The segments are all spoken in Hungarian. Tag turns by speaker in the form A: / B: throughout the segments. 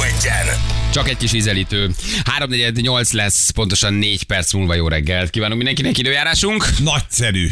A: legyen.
B: Csak egy kis ízelítő. 348 lesz, pontosan 4 perc múlva jó reggelt. Kívánunk mindenkinek időjárásunk.
C: Nagyszerű.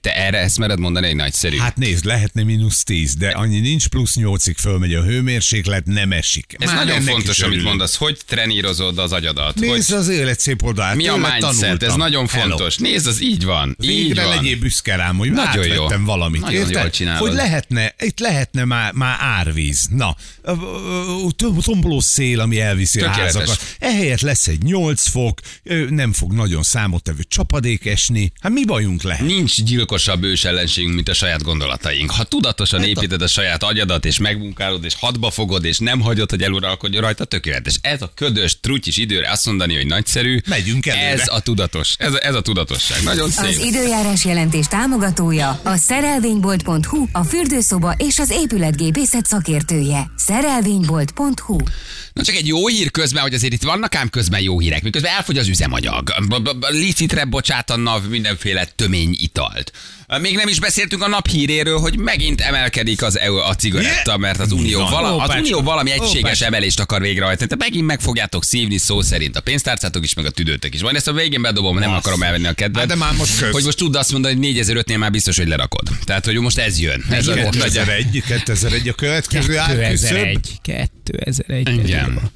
B: Te erre ezt mered mondani, egy nagyszerű.
C: Hát nézd, lehetne mínusz 10, de annyi nincs, plusz 8-ig fölmegy a hőmérséklet, nem esik.
B: Ez
C: Már
B: nagyon
C: ennek
B: fontos,
C: is
B: amit
C: örülök.
B: mondasz, hogy trenírozod az agyadat. Hogy
C: Nézd az élet szép oldalát.
B: mi a
C: tőled
B: mindset, ez
C: tanultam.
B: nagyon
C: Hello.
B: fontos. Nézd, az így van. Így
C: Végre
B: van.
C: legyél büszke rám, hogy
B: Nagyon
C: Nagyon
B: jó.
C: átvettem jó. valamit.
B: Nagyon
C: érted?
B: jól csinálod.
C: Hogy lehetne, itt lehetne már, már árvíz. Na, ö, ö, ö, tomboló szél, ami elviszi a
B: Tökéletes.
C: házakat. Ehelyett lesz egy 8 fok, ö, nem fog nagyon számottevő csapadék esni. Hát mi bajunk lehet?
B: Nincs gyilkosabb ős ellenségünk, mint a saját gondolataink. Ha tudatosan
C: Hát
B: építed a saját agyadat, és megmunkálod, és hadba fogod, és nem hagyod, hogy eluralkodjon rajta, tökéletes. Ez a ködös, trutyis időre azt mondani, hogy nagyszerű.
C: Megyünk előre.
B: Ez a tudatos. Ez a, ez a tudatosság. Nagyon
D: Az
B: szép.
D: időjárás jelentés támogatója a szerelvénybolt.hu, a fürdőszoba és az épületgépészet szakértője. Szerelvénybolt.hu
B: Na csak egy jó hír közben, hogy azért itt vannak ám közben jó hírek, miközben elfogy az üzemanyag. B- b- b- Licitre bocsátanna mindenféle tömény italt. Még nem is beszéltünk a naphíréről, hogy megint emelkedik az EU a cigaretta,
C: Yeah.
B: mert az Unió,
C: Van.
B: vala, az
C: Ópácska.
B: Unió valami egységes
C: Ópácska.
B: emelést akar végrehajtani. Tehát megint meg fogjátok szívni szó szerint a pénztárcátok is, meg a tüdőtök is. Majd ezt a végén bedobom, nem
C: Basszus.
B: akarom elvenni a kedved.
C: Hát de már most kösz.
B: Hogy most tudd azt mondani, hogy 4005-nél már biztos, hogy lerakod. Tehát, hogy most ez jön. Ez a, nagy,
C: 2001, 2001 a következő árküszöb.
E: 2001. 2001.
B: igen.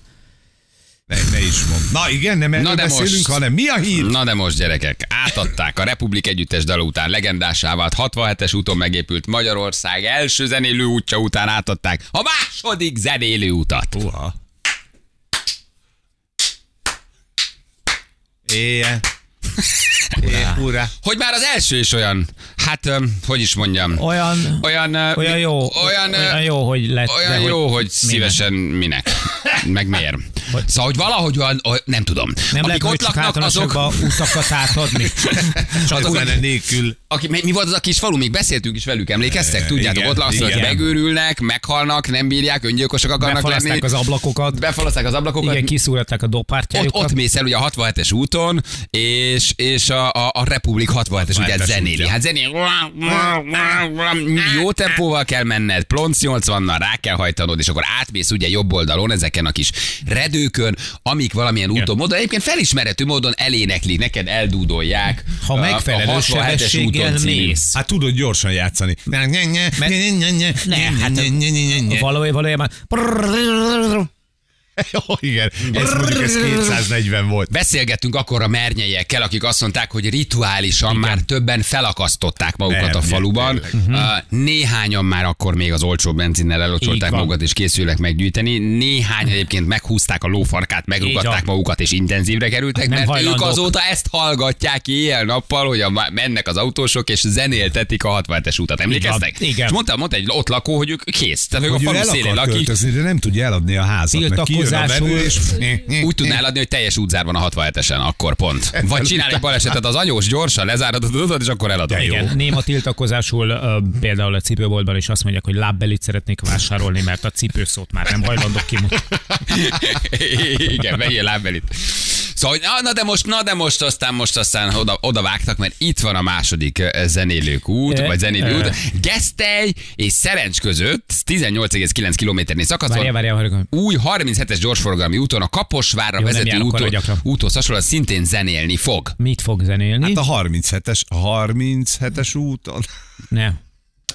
C: Ne, ne is mondd. Na igen, nem erről
B: de
C: beszélünk,
B: most-
C: hanem mi a hír?
B: Na de most gyerekek, átadták a Republik Együttes dal után legendásá vált 67-es úton megépült Magyarország első zenélő útja után átadták a második zenélő utat.
C: Uha. Éjjel. Éjjel, ura.
B: Hogy már az első is olyan, hát öm, hogy is mondjam,
E: Olyan,
B: olyan, ö,
E: olyan
B: mi-
E: jó,
B: olyan, ö,
E: olyan jó, hogy lett.
B: olyan
E: de
B: jó, hogy,
E: minek.
B: szívesen minek, meg miért. Szóval, hogy valahogy olyan, oly- nem tudom.
E: Nem
B: Akik
E: lehet, hogy
B: ott
E: csak
B: laknak, azok,
E: általánosokba utakat átadni.
C: Csak
B: azok-
C: zene nélkül.
B: Aki, mi mi volt az a kis falu? Még beszéltünk is velük, emlékeztek? Tudjátok,
C: igen,
B: ott azt hogy
C: igen.
B: megőrülnek, meghalnak, nem bírják, öngyilkosok akarnak lenni.
E: Befalaszták az ablakokat.
B: Befalaszták az ablakokat.
E: Igen, kiszúrták a
B: ott,
E: dopártyájukat.
B: ott mész el ugye a 67-es úton, és, és a, a, a Republik 67-es útját
C: 67-es
B: zenéli.
C: útja.
B: Hát zenél, jó tempóval kell menned, plonc 80-nal rá kell hajtanod, és akkor átmész ugye jobb oldalon ezeken a kis redőkön, amik valamilyen úton, módon, egyébként felismerhető módon eléneklik, neked eldúdolják.
E: Ha
B: a- a
E: megfelelő
B: 67-es
E: sebességgel
B: úton című.
E: mész.
C: Hát tudod gyorsan játszani. Ne, ne, ne, ne, ne, ne, ne,
E: Ne,
C: ne,
E: hát-
C: ne, ne, ne, ne, ne.
E: Valójában, valójában.
C: Ó, igen. Ez mondjuk ez 240 volt.
B: Beszélgettünk akkor a mernyeiekkel, akik azt mondták, hogy rituálisan Igen. már többen felakasztották magukat
C: Nem,
B: a faluban.
C: tényleg. Mhm.
B: Uh, Néhányan már akkor még az olcsó benzinnel elocsolták
E: Így van.
B: magukat, és készülnek meggyűjteni. Néhány egyébként meghúzták a lófarkát, megrugatták
E: van.
B: magukat, és intenzívre
C: Hát
B: kerültek,
E: Nem
B: mert ők
E: hajlandók.
B: azóta ezt hallgatják éjjel-nappal, hogy a, mennek az autósok, és zenéltetik a 67-es utat. Emlékeztek?
E: Igen.
B: És mondta, mondta egy ott lakó, hogy ők kész. Tehát ők a
C: Hogy ő
B: falu
C: el
B: szélén
C: akar
B: lakik.
C: költözni, de nem tudja eladni a házat, mert kijön a
E: Tiltakozásul-
C: verő, és...
B: Úgy tudnál adni, hogy teljes útzár van a 67-esen, akkor pont. Vagy csinál egy balesetet az anyós, gyorsan lezárod az utat, és akkor eladod.
C: De jó.
E: Igen, néma tiltakozásul ö, például a cipőboltban is azt mondják, hogy lábbelit szeretnék vásárolni, mert a cipőszót már nem hajlandok kimutatni.
B: Igen, vegyél lábbelit. Szóval, hogy na, na de most, na de most aztán, most aztán oda, oda vágtak, mert itt van a második eh, zenélők út,
E: Eh,
B: vagy zenélő
E: eh.
B: út. Gesztely és Szerencs között 18,9 kilométernél
E: Várjál,
B: szakaszon.
E: várjál, várjál.
B: Új 37-es gyorsforgalmi úton a Kaposvárra
E: Jó, nem
B: vezető
E: járok arra
B: úton,
E: gyakran.
B: úthoz hasonlóan szintén zenélni fog.
E: Mit fog zenélni?
C: Hát a 37-es, a 37-es úton.
E: Nem.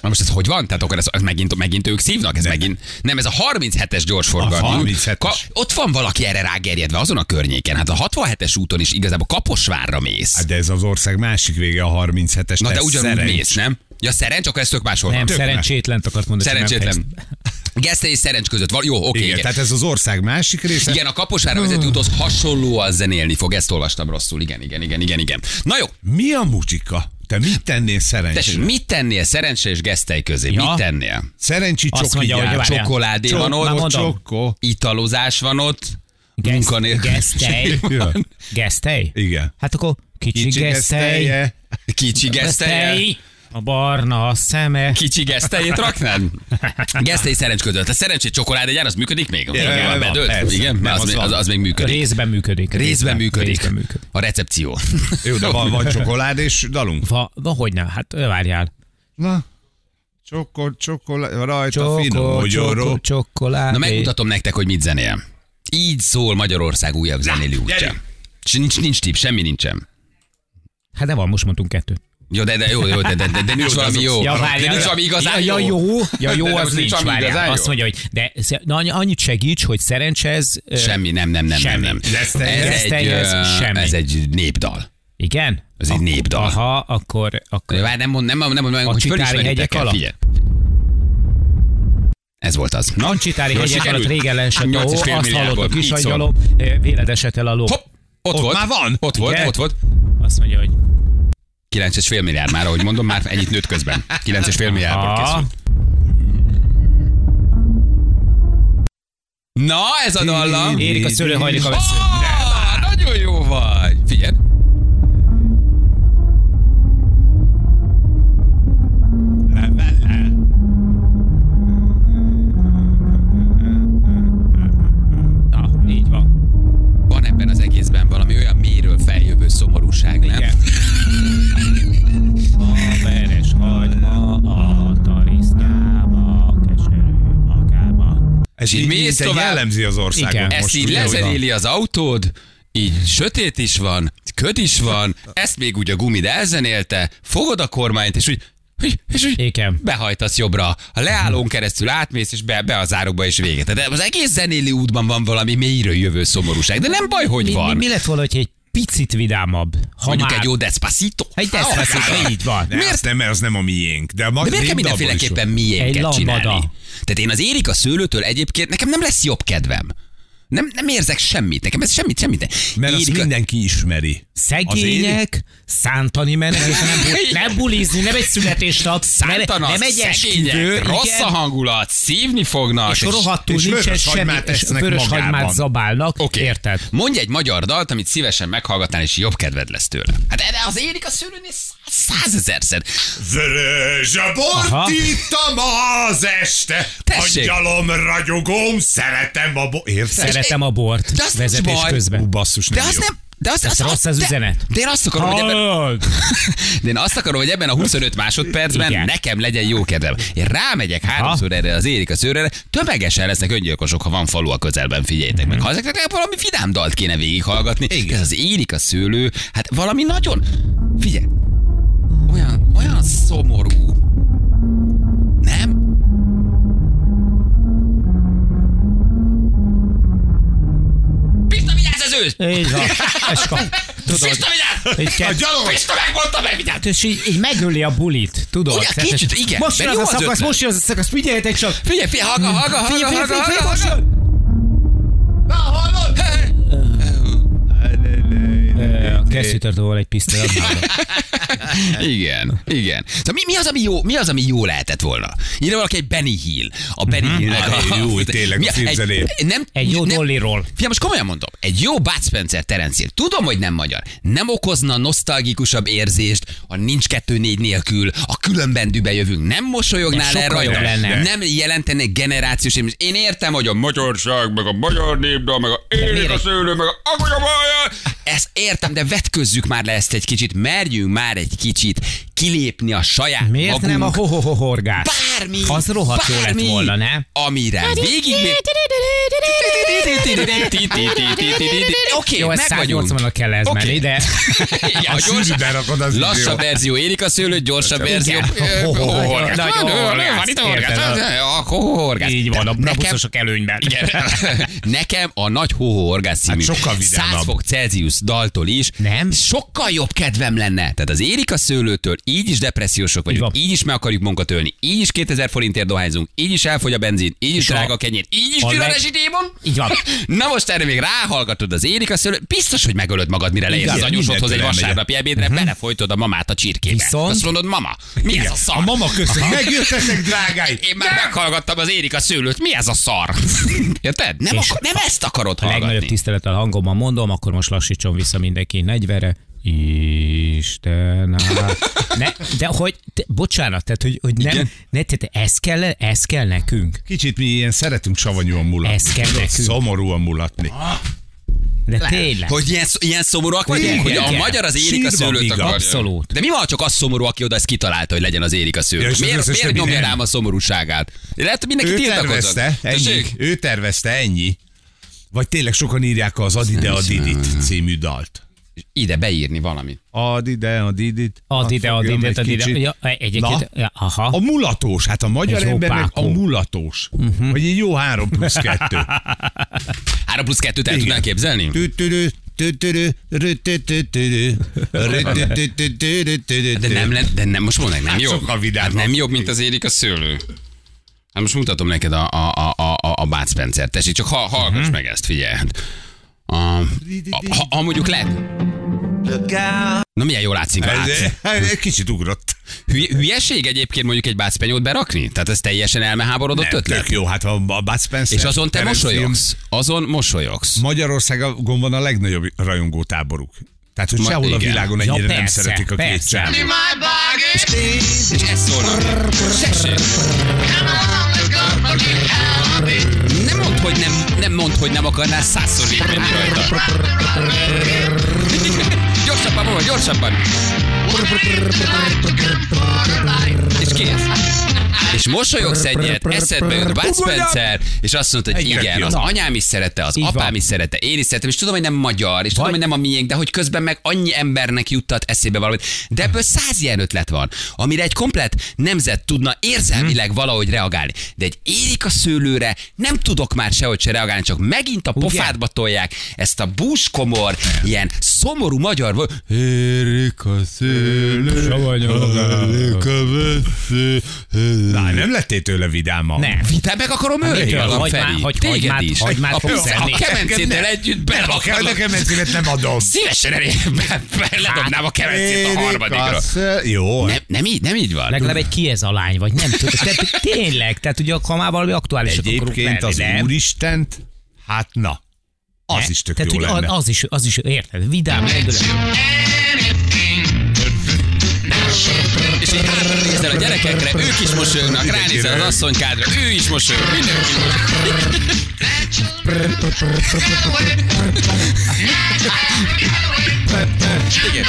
B: Na most ez hogy van? Tehát akkor ez, ez megint, megint ők szívnak? Ez nem. megint, nem, ez a 37-es gyorsforgalmi.
C: A
B: út.
C: 37-es.
B: ott van valaki erre rágerjedve azon a környéken. Hát a 67-es úton is igazából Kaposvárra mész.
C: Hát de ez az ország másik vége a 37-es.
B: Na de
C: ez
B: ugyanúgy
C: szerencs.
B: mész, nem? Ja, szerencs, akkor ez tök máshol
E: Nem,
B: van.
C: Tök
E: szerencsétlent akart mondani. csak nem
B: Szerencsétlen.
E: fejeztem.
B: Geszte és szerencs között. Val- jó, oké. Okay,
C: Igen,
B: igen.
C: tehát Hmm. ez az ország másik része.
B: Igen, a Kaposvárra vezető úthoz hasonlóan zenélni fog. Ezt olvastam rosszul. Igen, igen, igen, igen, igen. Na jó,
C: Mi a muzsika? Te mit tennél
B: tessék,
C: szerencsére?
B: mit tennél szerencse és gesztely közé?
E: Ja.
B: Mit tennél?
C: Szerencsi
E: Azt
C: csoki
E: mondja, hogy
C: gyár.
E: várjál.
B: Csokoládé
E: Csok-
B: van
E: már
B: ott,
E: mondom.
B: csokko. italozás van ott,
E: Geszt-
B: munkanélküliség
E: Gesztej.
B: van.
E: Gesztej?
C: Igen.
E: Hát akkor kicsi,
C: Kicsi
E: gesztej.
C: gesztelje.
B: Kicsi gesztej.
E: Gesztej. A barna a szeme.
B: Kicsi gesztejét raknád? Gesztej szerencs között. A szerencsé csokoládégyár, az működik még?
C: van,
B: Igen, bedőlt?
C: persze.
B: Igen,
C: Nem,
B: az,
C: az
B: még-
C: van.
B: az, az még működik.
E: Részben működik.
B: Részben működik.
E: Részben működik.
B: A recepció.
C: Jó, de van, van csokoládé és dalunk.
E: Va, va, hogy nem? Hát ö, várjál.
C: Na, csokol, csokoládé, rajta
E: Csoko,
C: finom
E: csoko,
C: mogyoró.
E: csokoládé.
B: Na megmutatom nektek, hogy mit zenél. Így szól Magyarország újabb zenéli útja.
C: gyerünk.
B: S- Nincs, nincs tip, semmi nincsen.
E: Hát de van, most mondtunk kettőt.
B: Jó, de, de, jó, jó, de, de, de, de nincs valami jó. de nincs valami igazán
E: ja,
B: jó.
E: jó. Ja, jó,
B: De
E: az
B: most
E: nincs, nincs
B: valami
E: várjál.
B: igazán jó.
E: Azt mondja, hogy de sz- na, annyi- annyit segíts, hogy szerencsez. ö,
B: Semmi, nem, nem, nem,
E: Semmi.
B: nem. nem. Ez,
E: Gesztenyez,
B: egy, ö,
E: semmi.
B: ez egy népdal.
E: Igen?
B: Ez egy népdal.
E: Aha, akkor, akkor
B: Vár, nem mond, nem, nem mondom, meg,
E: A
B: hogy
E: Csitári
B: fölismeritek
E: hegyek
B: el,
E: alatt?
B: figyelj. Ez volt az. Na,
E: Csitári
B: jól
E: hegyek
B: sikerült? Hát
E: alatt régen leesett a
B: Nyolc és
E: hó,
B: fél
E: azt
B: milliárd
E: hallott a
B: volt. Így szól.
E: kisangyalom, véled esett el a ló.
B: Hopp, ott,
C: Ott
B: volt.
C: már van?
B: Ott volt,
E: Igen?
B: ott volt.
E: Azt mondja, hogy
B: 9,5 milliárd már, ahogy mondom, már ennyit nőtt közben. 9,5 milliárdból
E: Aha.
B: készült. Na, ez a dallam.
E: érik a szőlő, hajlik a vesző.
B: Ah, nagyon jó vagy. Figyelj.
E: Na, így van.
B: Van ebben az egészben valami olyan mélyről feljövő szomorúság, nem?
E: Igen. A veres hagyma a tarisznyába, keserű magába.
C: Ez
B: így
C: így,
B: mész
C: így
B: tovább.
C: jellemzi az országot
E: Igen.
C: most.
B: Ezt így
C: ugye, hogy van.
B: lezenéli az autód, így sötét is van, köd is van, ezt még úgy a gumid elzenélte, fogod a kormányt, és úgy, úgy- és úgy
E: Igen.
B: behajtasz jobbra, a leállón keresztül átmész, és be, be a zárokba és véget. De az egész zenéli útban van valami mélyről jövő szomorúság, de nem baj, hogy
E: Mi, mi,
B: van.
E: mi lett volna, hogy egy picit vidámabb? Ha
B: Mondjuk
E: már-
B: egy jó despacito.
E: Egy despacito, így van.
C: Ne,
B: Miért?
C: azt nem, mert az nem a miénk. De, a mag-
B: De miért kell
C: népdalból is
B: mindenféleképpen
C: van.
E: Egy
B: miénket
E: lambada.
B: csinálni? Tehát én az érik a szőlőtől egyébként, nekem nem lesz jobb kedvem. Nem, nem érzek semmit, nekem ez semmit, semmit.
C: Mert azt
B: Érik a-
C: mindenki ismeri.
E: Szegények, szántani mennek, és nem, bu- nem bulizni, nem egy születésnap, nem,
B: Szántanak,
E: nem egy esküvő,
B: szegények, rossz
E: igen,
B: a hangulat, szívni fognak.
E: és rohadtul
C: és
E: nincsen
C: vörös
E: semmi,
C: hagymát
E: és
C: esznek
E: vörös hagymát
C: magában.
E: zabálnak,
B: Oké.
E: okay. érted?
B: Mondj egy magyar dalt, amit szívesen meghallgatnál, és jobb kedved lesz tőle. Hát erre az érik a szőlőnél szá- százezerszer.
C: Vörös a
E: Aha.
C: bort ittam az este,
B: Tessék.
C: angyalom ragyogom, szeretem a bort. Érted?
E: Szeretem a bort
B: De az nincs
E: vezetés
B: baj.
C: Ú,
E: közben.
C: basszus, nem
B: De az
C: jó.
B: nem... De az,
E: Ez rossz az
B: de-
E: üzenet.
B: De én azt akarom, hogy ebben,
E: Hallod?
B: de én azt akarom, hogy ebben a 25 másodpercben
E: Igen.
B: nekem legyen jó kedvem. Én rámegyek háromszor erre az érik a szőlőre, tömegesen lesznek öngyilkosok, ha van falu a közelben, figyeljétek
E: Mhm.
B: meg. Ha ezeknek legalább valami vidám dalt kéne végighallgatni. Igen. Ez az érik a szőlő, hát valami nagyon... Figyelj, olyan, olyan szomorú. Nem? Pista, vigyázz az őt!
E: Így van. És kap- Tudod,
B: Pista, vigyázz!
E: Így kell-
B: A gyalog! Pista, megmondta meg, vigyázz!
E: és így, így megöli a bulit, tudod?
B: Ugye,
E: Tehát
B: kicsit,
E: ez-
B: igen,
E: Most
B: de
E: jön az
B: jó
E: a
B: az
E: szakasz,
B: ötlet.
E: most jön az a szakasz, figyeljetek csak!
B: Figyelj, figyelj, haga,
C: Hmm.
B: haga, haga,
E: Figyelj,
B: haga,
E: figyelj, figyelj,
B: haga,
E: most
B: haga.
E: jön!
B: Na, hallod? Hey!
E: Ö, A kesztyűtört volt egy pisztoly.
B: Igen, igen. Szóval mi, mi, az, ami jó, mi az, ami jó lehetett volna? Írja valaki egy Benny Hill. A Benny Hill-nek a...
C: Hmm. Hát, Jó, tényleg, a
B: Mi
C: filmzenét.
B: egy- nem,
E: Egy jó
B: nem,
E: dolliról.
B: Figyelj, most komolyan mondom, egy jó Bud Spencer Terence Hill, tudom, hogy nem magyar, nem okozna nosztalgikusabb érzést, ha nincs kettő négy nélkül, a különbendűbe jövünk, nem mosolyognál el
E: Nem, sokkal
B: rajong,
E: jobb lenne.
B: nem jelentene generációs érzést. Én értem, hogy a magyarság, meg a magyar népdal, meg a élik a
E: miért?
B: szőlő, meg a agony a baj. Ezt értem, de vetközzük már le ezt egy kicsit, merjünk már egy kicsit kilépni a saját
E: Miért
B: magunk.
E: nem a hohohohorgás?
B: Bármi,
E: Az rohadt jó lett
B: bármi,
E: volna, ne?
B: Amire végig... Oké,
E: Jó, ez
B: meg vagyunk.
E: 180 nak kell ez
B: Oké.
E: menni, de...
B: Igen, a
C: A
B: gyors,
C: sűrűbe rakod az
B: lassabb
C: jó.
B: verzió érik a szőlő, gyorsabb verzió.
E: Igen.
B: Ö,
E: Ho- ho- ho-
B: horgász.
E: nagy
B: Van,
E: horgász,
B: Van itt
E: érted?
B: horgász. A horgász.
E: Így van, a
B: Nekem-
E: buszosok előnyben.
B: Igen. Nekem a nagy hóhorgász című
C: Hát sokkal vidámabb.
B: 100 fok Celsius daltól is
E: Nem?
B: sokkal jobb kedvem lenne. Tehát az Érika szőlőtől így is depressziósok vagyunk,
E: Így
B: így is meg akarjuk munkatölni, így is 2000 forintért dohányzunk, így is elfogy a benzin, így is
E: a-
B: drága a kenyér, így is
E: a
B: gyűlöl
E: leg-
B: leg... démon.
E: Így van.
B: Na most erre még ráhallgatod az Érika szőlőt, biztos, hogy megölöd magad, mire leérsz
C: Igen,
B: az anyusodhoz egy
C: mindentől elmegyek.
B: vasárnapi ebédre, belefolytod a mamát a csirkébe.
E: Mhm. Viszont-
B: Azt mondod, mama, mi ez a szar?
C: A mama köszön. Megjöttetek, drágáim.
B: Én már meghallgattam az Érik a szőlőt, mi ez a szar? Érted? Nem,
E: És
B: akar, nem ezt akarod
E: A legnagyobb
B: hallgatni.
E: tisztelettel hangommal mondom, akkor most lassítson vissza mindenki 40-re. Isten áld. ne, De hogy, te, bocsánat, tehát hogy, hogy nem, ne, tehát ez kell, ez kell nekünk.
C: Kicsit mi ilyen szeretünk savanyúan mulatni.
E: Ez kell
C: Tudod,
E: nekünk.
C: Szomorúan mulatni.
E: De tényleg.
B: Hogy ilyen, ilyen szomorúak vagyunk,
E: Igen,
B: hogy a
E: igen.
B: magyar az érik
C: Sírva
B: a szőlőt
C: viga.
B: akarja.
E: Abszolút.
B: De mi van, ha csak az szomorú, aki oda ezt kitalálta, hogy legyen az érik a
C: Ja,
B: szőlőt?
C: és az
B: miért
C: összes
B: miért
C: többi
B: nyomja
C: nem.
B: rám a szomorúságát? Lehet,
C: Ő
B: hogy mindenki tiltakozott.
C: tervezte, ennyi.
B: Tessék?
C: Ő tervezte, ennyi. Vagy tényleg sokan írják az Adide a Didit című dalt.
B: Ide beírni valamit.
C: Adide a Didit.
E: Add ide, add
C: Fogjon
E: ide,
C: egy
E: add ide.
C: kicsit.
E: Ja, egyébként,
C: Na.
E: ja,
C: A
E: aha.
C: mulatós, hát a magyar
E: Ez jó
C: embernek a
E: pákó.
C: mulatós. Uh-huh. Vagy egy jó három plusz kettő.
B: 3 plusz 2-t el tudnál képzelni?
C: Tü-tü-rü, tü-tü-rü, rü-tü-tü-tü-rü, rü-tü-tü-tü-tü-rü-tü-tü-tü.
B: De nem, le, de nem most mondd meg, nem
C: Hát
B: jobb.
C: sokkal vidámabb.
B: nem jobb, mint az érik a szőlő. Hát most mutatom neked a, a, a, a, a- a Bud Spencer. Tessék, csak ha, hallgass
C: Mhm.
B: uh-huh. meg ezt, figyelj. A, a, ha, ha mondjuk lehet. Na milyen jól látszik
C: Ez-
B: át.
C: ez hát, egy Kicsit ugrott.
B: Hülye, hülyeség egyébként mondjuk egy Bud Spenyót berakni? Tehát ez teljesen elmeháborodott
C: Nem,
B: ötlet?
C: tök jó, hát a a Bud Spencer.
B: És azon te
C: Terence Hill.
B: mosolyogsz. Azon mosolyogsz.
C: Magyarországon van a legnagyobb rajongótáboruk. Tehát, hogy
B: Ma-
C: sehol a
B: igen.
C: világon
E: Ja,
C: ennyire nem
E: persze,
C: szeretik a két
E: persze.
C: csávot.
B: És ez szólna. Tessék. Nem mondd, hogy nem, nem mondd, hogy nem akarnál százszor végigmenni rajta. gyorsabban, Baba, gyorsabban. És kész. És mosolyogsz egyet, eszedbe jön Bud Spencer, és azt mondod, hogy
C: Egyet
B: igen,
C: jön.
B: az anyám is szerette, az
E: Így van.
B: apám is szerette, én is szeretem, és tudom, hogy nem magyar, és tudom, hogy nem a miénk, de hogy közben meg annyi embernek juttat eszébe valamit. De ebből száz ilyen ötlet van, amire egy komplet nemzet tudna érzelmileg valahogy reagálni. De egy érik a szőlőre, nem tudok már sehogy se reagálni, csak megint a pofádba tolják ezt a búskomor, ilyen szomorú magyar vo- Érik a szőlő, érik a vesző,
C: Na, nem lettél tőle vidáma.
E: Nem.
B: Te meg akarom ölni
E: mitől?
B: magam,
E: Hagyd
B: Feri.
E: már, hagyd-
B: Téged
E: hagyd már-
B: is.
E: hagyd már
B: a, a
E: fogszenni.
B: kemencéddel együtt
C: Kell, de
B: berakalak.
C: kemencémet Hát nem adom.
B: Szívesen elé, be- be- ledobnám a kemencét a harmadikra.
C: Kasszel. Jó.
B: Nem, nem, így, nem így van.
E: Legalább egy ki ez a lány, vagy nem tudom. Tehát tényleg, tehát ugye ha már valami aktuális
C: Egyébként az
E: nem?
C: Úristent, hát na, az is tök
E: tehát
C: jó
E: ugye
C: lenne.
E: Az is, az is, érted, vidám, lendület.
B: És így hátra nézel a gyerekekre, ők is mosolyognak, ránézel az asszonykádra, ő is mosolyog, mindenki Igen.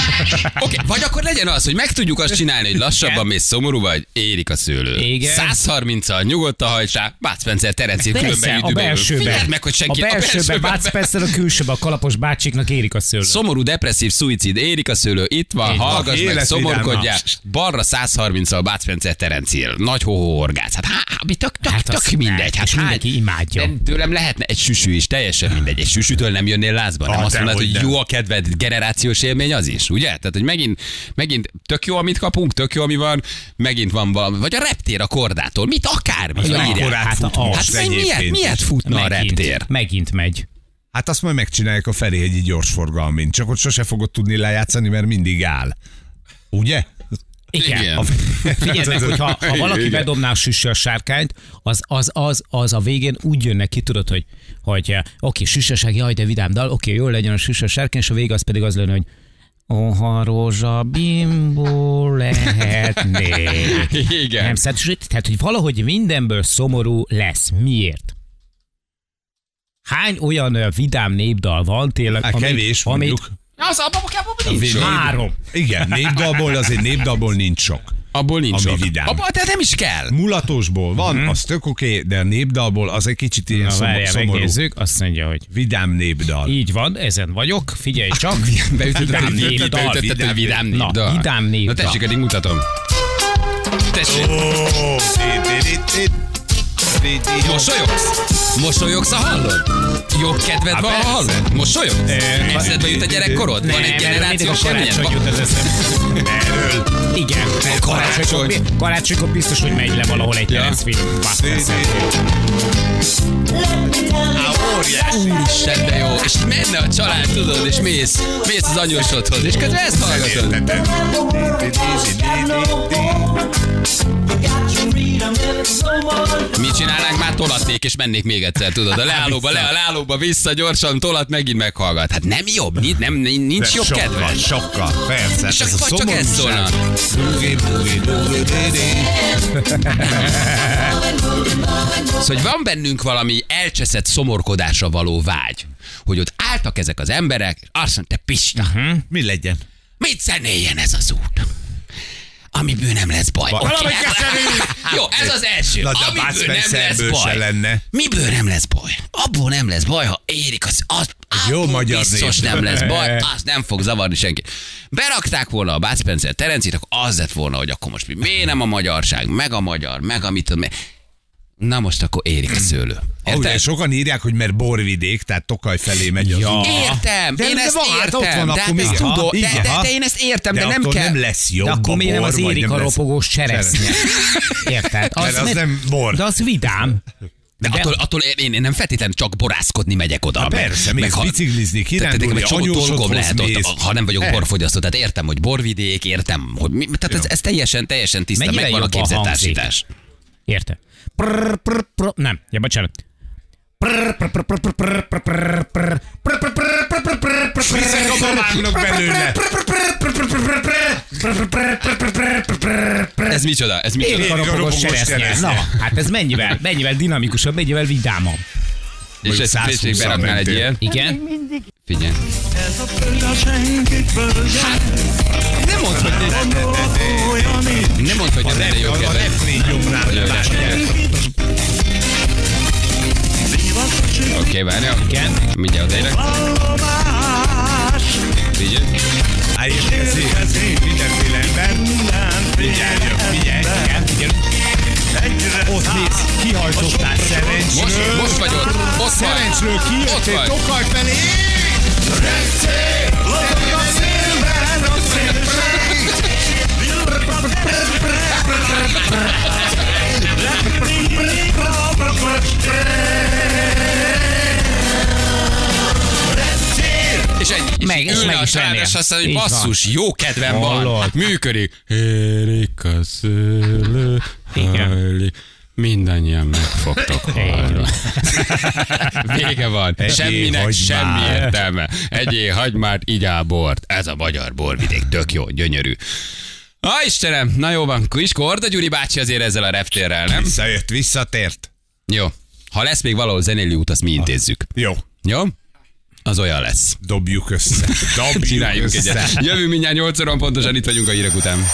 B: Oké, vagy akkor legyen az, hogy meg tudjuk azt csinálni, hogy lassabban mész szomorú vagy, érik a szőlő.
E: Igen.
B: 130-al nyugodt a hajtsá, Bud Spencer, Terenci,
E: Persze,
B: különben
E: a belsőben.
B: Figyeld meg, hogy senki
E: a belsőben, Bud Spencer, a külsőben, a kalapos bácsiknak érik a szőlő.
B: Szomorú, depresszív, szuicid, érik a szőlő, itt van,
E: Így van.
B: hallgass meg,
C: Életvidáma.
B: szomorkodjál. Balra 130-al Bud Spencer Terencél. Nagy hoho orgász. Hát, há, mi tök, tök,
E: Hát
B: hát tök
E: azt
B: mindegy.
E: lehet,
B: Hát
E: és mindenki imádja. Ah.
B: Nem, tőlem lehetne egy süsű is, teljesen mindegy. Egy süsűtől nem jönnél lázba. Nem
C: Ah,
B: azt mondod,
C: dehogy
B: hogy
C: nem.
B: jó a kedved, generációs élmény az is, ugye? Tehát, hogy megint, megint tök jó, amit kapunk, tök jó, ami van, megint van valami. Vagy a reptér a kordától, mit akármi.
E: Ja,
B: írják.
C: akkorát
E: hát
C: fut
E: a-
C: most
B: Hát mi- miért,
C: egyébként
B: miért
C: is.
B: futna a reptér?
E: Megint megy.
C: Hát azt majd megcsinálják a Ferihegyi gyorsforgalmin, csak ott sose fogod tudni lejátszani, mert mindig áll. Ugye?
E: Igen.
B: Igen.
E: Igen. Figyelj meg, hogyha ha valaki
C: Igen.
E: bedobná a süsű a sárkányt, az, az, az, az a végén úgy jön neki, tudod, hogy, hogy eh, oké, süsőság, jaj, de vidám dal, oké, jól legyen a süsű a sárkány, és a vége az pedig az lenne, hogy Oha, rózsa, bimbó lehetnék.
B: Igen.
E: Nem szed, sőt, tehát, hogy valahogy mindenből szomorú lesz. Miért? Hány olyan ö, vidám népdal van tényleg,
C: Hát kevés, mondjuk.
B: Az abban kell, nincs.
C: Nép-
E: Három.
C: Igen, népdalból azért népdalból nincs sok.
B: Abból nincs.
C: Ami
B: sok.
C: vidám.
B: Abba, tehát nem is kell.
C: Mulatosból van, az tök oké, okay, de a népdalból az egy kicsit ilyen
E: Na,
C: szomor,
E: várjál,
C: szomorú.
E: megnézzük, azt mondja, hogy
C: Vidám népdal.
E: Így van, ezen vagyok, figyelj csak.
B: Beütöttem,
E: Vidám név
B: beütöttem,
E: dal.
B: beütöttem, vidám név
E: Na,
B: dal.
E: vidám név
B: Na
E: dal.
B: tessék, eddig mutatom. Tessék,
C: Ó, ti-ti-ti-ti. Ti-ti-ti.
B: mosolyogsz? Mosolyogsz, ha hallod? Jó kedved van, ha hallod? Mosolyogsz? Eszedbe jut a gyerekkorod? Van egy
E: Hát Eh, Nem, erről mindig
B: generációs
E: a
B: élményed?
E: karácsony
B: Van-
E: jut az eszembe. Igen, a karácsonykor, bi- karácsonykor biztos, hogy megy le valahol egy keresztfilm.
B: Úristen, de jó. És menne a család, tudod, és mész, mész az anyósodhoz, és közben ezt hallgatod. Mi csinálnánk? Már tolatnék, és mennék még egyszer, tudod, a leállóba, le, a leállóba, vissza, gyorsan, tolat, megint meghallgat. Hát nem jobb, nincs, nem,
C: De
B: nincs jobb
C: sokkal,
B: kedved.
C: Sokkal, persze.
B: Csak vagy csak ez szólna.
C: Bugi, bugi, bugi, didi.
B: Szóval hogy van bennünk valami elcseszett szomorkodásra való vágy, hogy ott álltak ezek az emberek, és azt mondta, Pista, uh-huh.
C: Mi legyen?
B: mit zenéljen ez az út? Amiből nem lesz baj. Oké.
C: Valami kell zenélni.
B: Jó, ez az első.
C: Na, de a Bud
B: Amiből nem
C: Spencerből
B: lesz
C: se
B: baj.
C: lenne.
B: Miből nem lesz baj? abból nem lesz baj, ha érik, az, az
C: jó
B: abból
C: magyar
B: biztos
C: név.
B: nem lesz baj, azt nem fog zavarni senki. Berakták volna a Bud Spencer Terencét, akkor az lett volna, hogy akkor most mi, miért nem a magyarság, meg a magyar, meg a mit tudom én. Na most akkor érik a szőlő.
C: Ah, ugye
B: Érted?
C: sokan írják, hogy mert borvidék, tehát Tokaj felé megy az
E: Ja.
C: út.
B: Értem,
C: De-
B: én
C: de
B: ezt
C: van, hát
B: értem,
C: ott van,
B: de hát
C: akkor
B: ezt
C: még-
B: tudom, de,
C: Igen. hát
B: de, de, én ezt értem, de,
C: De
B: nem
C: attól
B: kell.
C: nem lesz jobb
E: De akkor
C: a
E: miért nem
C: bor,
E: az
C: vagy
E: érik
C: nem
E: a
C: lesz-
E: ropogós cseresznye? Érted?
C: Mert az nem bor.
E: De az vidám.
B: De, attól, attól én, én nem feltétlenül csak borászkodni megyek oda. meg-
C: persze, mész
B: ha-
C: biciklizni,
B: Tehát nekem
C: kirándulni,
B: egy csomó
C: anyósodhoz
B: dolgom lehet ott,
C: mész.
B: ha nem vagyok
C: E.
B: borfogyasztó. Tehát értem, hogy borvidék, értem, hogy mi, tehát ez, ez, teljesen, teljesen tiszta,
E: Mennyire
B: megvan a
E: jobb a
B: képzett
E: hangzik?
B: társítás.
E: Érted? Prr, prr, prr, nem, ja, bocsánat. Prr, prr, prr, prr, prr, prr, prr, prr, prr, prr, prr, prr, prr, prr, prr, prr, prr,
C: Ezek a babáknak belőle.
B: Ez micsoda? Ez
E: Érik
B: micsoda?
E: a ropogós
C: ropogós
E: cseresznye.
C: cseresznye.
E: Na, hát ez mennyivel, mennyivel dinamikusabb, mennyivel vidámabb.
B: És ezt
C: 120
B: tényleg beraknál egy
C: mentő.
B: ilyen?
E: Igen?
B: Figyelj.
A: Ez a példa senkit bölcsön,
B: Nem mondd, hogy
A: gondolat olyan is.
B: nem mondd, hogy nem lenne jó
C: A
B: kedved.
C: lefnégy jobbnál nem látják.
B: Oké, várjál. Mindjárt odaérek.
A: Vallomás,
B: Figyelj.
C: Á, érkezik.
A: érkezik
C: Mindenféle ember. Figyelj,
A: mindenféle
C: jön, figyelj,
A: ember.
C: igen, igen.
A: Egyre
C: Ott néz, kihajtottál szerencsről.
B: Most, most vagy ott. Ott vagy.
C: Szerencsről
B: Ott
C: kijöttél
B: vagy.
C: Tokaj felé.
A: lobog a szélben a szélség. Villag a testre. Repülik a
B: És ennyi. És
E: Meg-
B: így
E: és
B: ülne
E: meg
B: a
E: is
B: srác,
E: lennél.
B: és azt mondja,
E: Így
B: hogy
E: van.
B: basszus, jó kedvem van.
E: Hallod?
B: Működik. Érik a szőlő,
E: Igen.
B: hajlik. Mindannyian meg fogtok halni. Vége van.
C: Egyél
B: Semminek
C: hagymát.
B: semmi értelme. Egyé hagymát, igyál bort. Ez a magyar borvidék. Tök jó, gyönyörű. A Istenem, na jó van, is Korda Gyuri bácsi azért ezzel a reptérrel, nem?
C: Visszajött, visszatért.
B: Jó. Ha lesz még valahol zenélő út, azt mi intézzük.
C: Jó,
B: Jó? Az olyan lesz.
C: dobjuk össze. Dobjuk
B: Csináljunk
C: össze.
B: egyet. Jövő mindjárt 8 óra pontosan itt vagyunk a hírek után.